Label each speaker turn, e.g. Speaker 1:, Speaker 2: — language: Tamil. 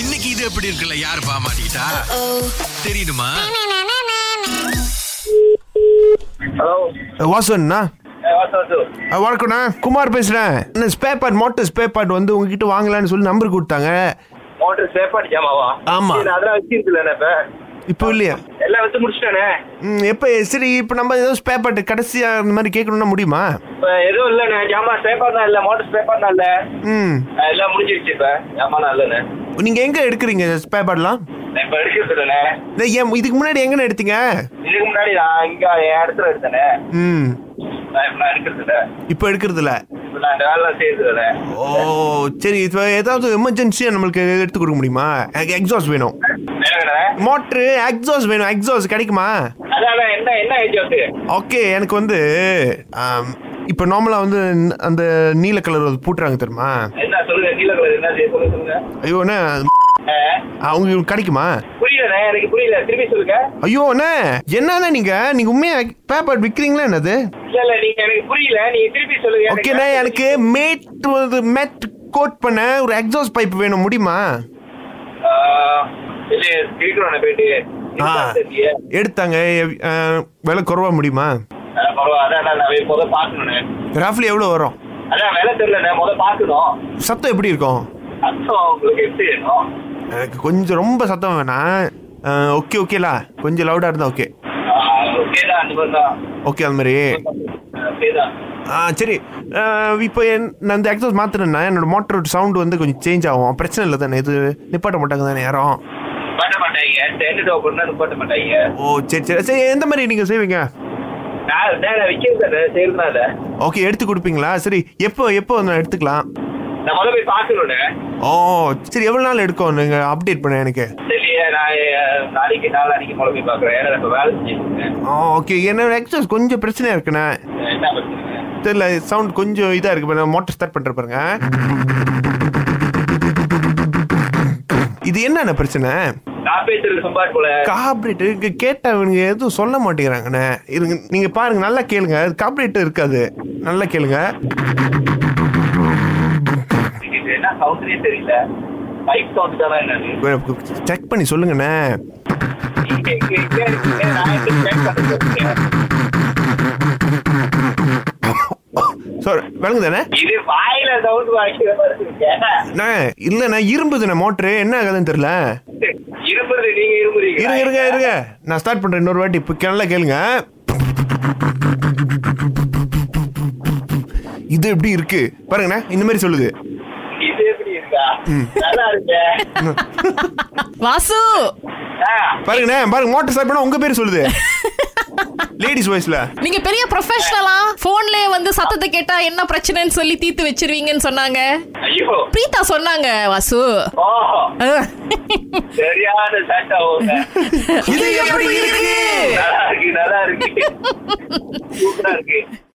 Speaker 1: இன்னைக்கு இது எப்படி இருக்குல்ல யார் பாமாட்டா தெரியுமா
Speaker 2: ஹலோ
Speaker 3: வாசன்ண்ணா
Speaker 2: வாசு வாசு
Speaker 3: அஹ், வணக்கம்ண்ணா குமார் பேசுகிறேன் இந்த spare part motor spare part வந்து உங்ககிட்ட வாங்கலான்னு சொல்லி நம்பர் கொடுத்தாங்க
Speaker 2: மோட்டர் சேஃப் அடிக்காமாவா
Speaker 3: ஆமா.
Speaker 2: சரி, நான் அதெல்லாம் வச்சிருக்கல இப்ப
Speaker 3: இப்போ இல்லையா
Speaker 2: எல்லாம் வச்சு முடிச்சிட்டானே
Speaker 3: ம் எப்போ சரி இப்போ நம்ம ஏதோ ஸ்பேர் பார்ட் கடைசியாக இந்த மாதிரி கேட்கணும்னா முடியுமா
Speaker 2: இப்ப எதுவும் இல்லண்ணே ஜாமா சேஃபா தான் இல்ல மோட்டர் சேஃபா தான் இல்ல
Speaker 3: ம்
Speaker 2: அஹ், எல்லாம் முடிஞ்சிருச்சு இப்ப ஜாமா தான் இல்லண்ணே
Speaker 3: நீங்கள் எங்கே எடுக்கிறீங்க ஸ்பேர் பார்ட்லாம்
Speaker 2: நான் இப்ப எடுக்கிறது இல்லண்ணே
Speaker 3: இந்த ஏன் இதுக்கு முன்னாடி எங்கண்ணா எடுத்தீங்க
Speaker 2: இதுக்கு முன்னாடி நான் இங்க என் இடத்துல எடுத்தேனே
Speaker 3: ம்
Speaker 2: நான் இப்ப நான் எடுக்கிறது இல்ல
Speaker 3: இப்போ எடுக்கிறதுல
Speaker 2: இப்ப நான் இந்த வேலை செய்யறது இல்ல
Speaker 3: ஓ சரி இப்போ ஏதாவது எமர்ஜென்சியாக நம்மளுக்கு எடுத்து கொடுக்க முடியுமா எனக்கு எக்ஸாஸ்ட் வேணும்
Speaker 2: என்னங்கண்ணே
Speaker 3: மோட்ரு எக்ஸாஸ்ட் வேணும் எக்ஸாஸ்ட் கிடைக்குமா
Speaker 2: அதான் என்ன என்ன ஏஜ் வந்து
Speaker 3: ஓகே எனக்கு வந்து um, ஆம், இப்போ நார்மலாக வந்து ந- அந்த நீல கலர் பூட்டுறாங்க தெரியுமா
Speaker 2: என்ன சொல்லுங்க நீல கலர் என்ன செய்ய சொல்லுங்க சொல்லுங்க
Speaker 3: ஐயோ அண்ணே அது
Speaker 2: அஹ்,
Speaker 3: அவங்க கிடைக்குமா
Speaker 2: புரியலண்ணே எனக்கு புரியல திருப்பி சொல்லுங்க
Speaker 3: ஐயோ அண்ணே என்னண்ணே நீங்கள் நீங்கள் உண்மையாக பேப்பர் விற்கிறீங்களா என்னது
Speaker 2: இல்ல இல்ல நீங்க எனக்கு புரியல நீங்க திருப்பி சொல்லுங்க
Speaker 3: ஓகேண்ணே எனக்கு மேட் வந்து மேட் கோட் பண்ண ஒரு எக்ஸாஸ்ட் பைப் வேணும் முடியுமா
Speaker 2: ஆஹ் இல்லையே, இருக்கணும்ண்ணே போயிட்டு. இருக்கா சரியே?
Speaker 3: எடுத்தாங்க எவ்- ஆ, விலை குறவா முடியுமா
Speaker 2: அதான் பரவாயில்ல. அதான் அதான் நான் முத பார்க்கணும்ண்ணே.
Speaker 3: ராஃப்லி எவ்வளோ வரும்
Speaker 2: அதான் விலை தெரியலண்ணே, முத பார்க்கணும்.
Speaker 3: சத்தம் எப்படி இருக்கும்
Speaker 2: அப்புறம் உங்களுக்கு எப்படி வேணும்?
Speaker 3: எனக்கு கொஞ்சம் ரொம்ப சத்தம் வேணாம் ஓகே ஓகேலா கொஞ்சம் லவுடாக இருந்தால் ஓகே
Speaker 2: ஆஹ் okayதான், அந்த மாதிரிதான்.
Speaker 3: ஓகே அந்த மாதிரி
Speaker 2: okayதான்.
Speaker 3: ஆ சரி இப்போ என் நான் இந்த எக்ஸாஸ் மாற்றினேன்னா என்னோட மோட்டரோட சவுண்டு வந்து கொஞ்சம் சேஞ்ச் ஆகும் பிரச்சனை இல்லை தானே இது நிப்பாட்ட மாட்டாங்க தானே யாரும்
Speaker 2: பண்ண மாட்டாங்க. standard open னா பண்ண மாட்டாங்க.
Speaker 3: ஓ சரி சரி சரி எந்த மாதிரி நீங்கள் செய்வீங்க
Speaker 2: நான் நேரா விக்கிறது தானே, செய்யறதுனால.
Speaker 3: ஓகே எடுத்து கொடுப்பீங்களா சரி எப்போ எப்போ நான் எடுத்துக்கலாம்
Speaker 2: நான் முத போய் பார்க்கணும்ண்ணே.
Speaker 3: ஓ சரி எவ்வளோ நாள் எடுக்கும் நீங்கள் அப்டேட் பண்ண எனக்கு
Speaker 2: சரியே, நான் அஹ், நாளைக்கு நாளான்னைக்கு முத போய் பார்க்கறேன். ஏன்னா, நான் இப்ப வேலை செஞ்சுட்டு இருக்கேன்.
Speaker 3: ஆ ஓகே என்னோட எக்ஸாஸ் கொஞ்சம் பிரச்சனையாக இருக்குண்ணே
Speaker 2: என்ன பிரச்சனை?
Speaker 3: தெரியல சவுண்ட் கொஞ்சம் இதாக இருக்கு பாருங்க மோட்டர் ஸ்டார்ட் பண்ணுற பாருங்க இது என்னென்ன பிரச்சனை
Speaker 2: நான் பேசுறது சம்பாட் போல
Speaker 3: கார்பரேட்டர் இங்க கேட்டவனுங்க எதுவும் சொல்ல மாட்டேங்கிறாங்கண்ணே இருங்க நீங்க பாருங்க நல்லா கேளுங்க அது கார்பரேட்டர் இருக்காது நல்லா கேளுங்க
Speaker 2: இது என்ன சவுண்ட்னே தெரியல பைக் சவுண்ட் தானா என்னது
Speaker 3: செக் பண்ணி சொல்லுங்கண்ணே
Speaker 2: இங்க, இங்க, இங்க, இங்க நான் எப்படி check பண்றது?
Speaker 3: சாரி விளங்குதானே
Speaker 2: இது வாயில சவுண்ட் வாங்கிக்கிற மாதிரி இருக்கு
Speaker 3: அண்ணே இல்லைண்ணே இரும்புதுண்ணே மோட்ரு என்ன ஆகுதுன்னு தெரியல
Speaker 2: இருபது நீங்க
Speaker 3: இருங்க இருங்க இருங்க நான் ஸ்டார்ட் பண்றேன் இன்னொரு வாட்டி இப்போ நல்லா கேளுங்க இது எப்படி இருக்கு பாருங்கண்ணே இந்த மாதிரி சொல்லுது
Speaker 2: இது எப்படி இருக்கா நல்லா இருக்கு
Speaker 4: வாசு
Speaker 2: ஆ,
Speaker 3: பாருங்கண்ணே பாருங்க மோட்டர் ஸ்டார்ட் பண்ணா உங்க பேர் சொல்லுது லேடிஸ் வாய்ஸ்ல
Speaker 4: நீங்க பெரிய ப்ரொஃபஷனலா போன்ல வந்து சத்தத்தை கேட்டா என்ன பிரச்சனைன்னு சொல்லி தீர்த்து வச்சிருவீங்கன்னு சொன்னாங்க
Speaker 2: ஐயோ
Speaker 4: பிரீதா சொன்னாங்க வாசு
Speaker 2: ஓ
Speaker 4: அஹ்.
Speaker 2: சரியான சட்டை ஓங்க
Speaker 3: இது எப்படி இருக்கு
Speaker 2: நல்லா இருக்கு நல்லா இருக்கு சூப்பரா இருக்கு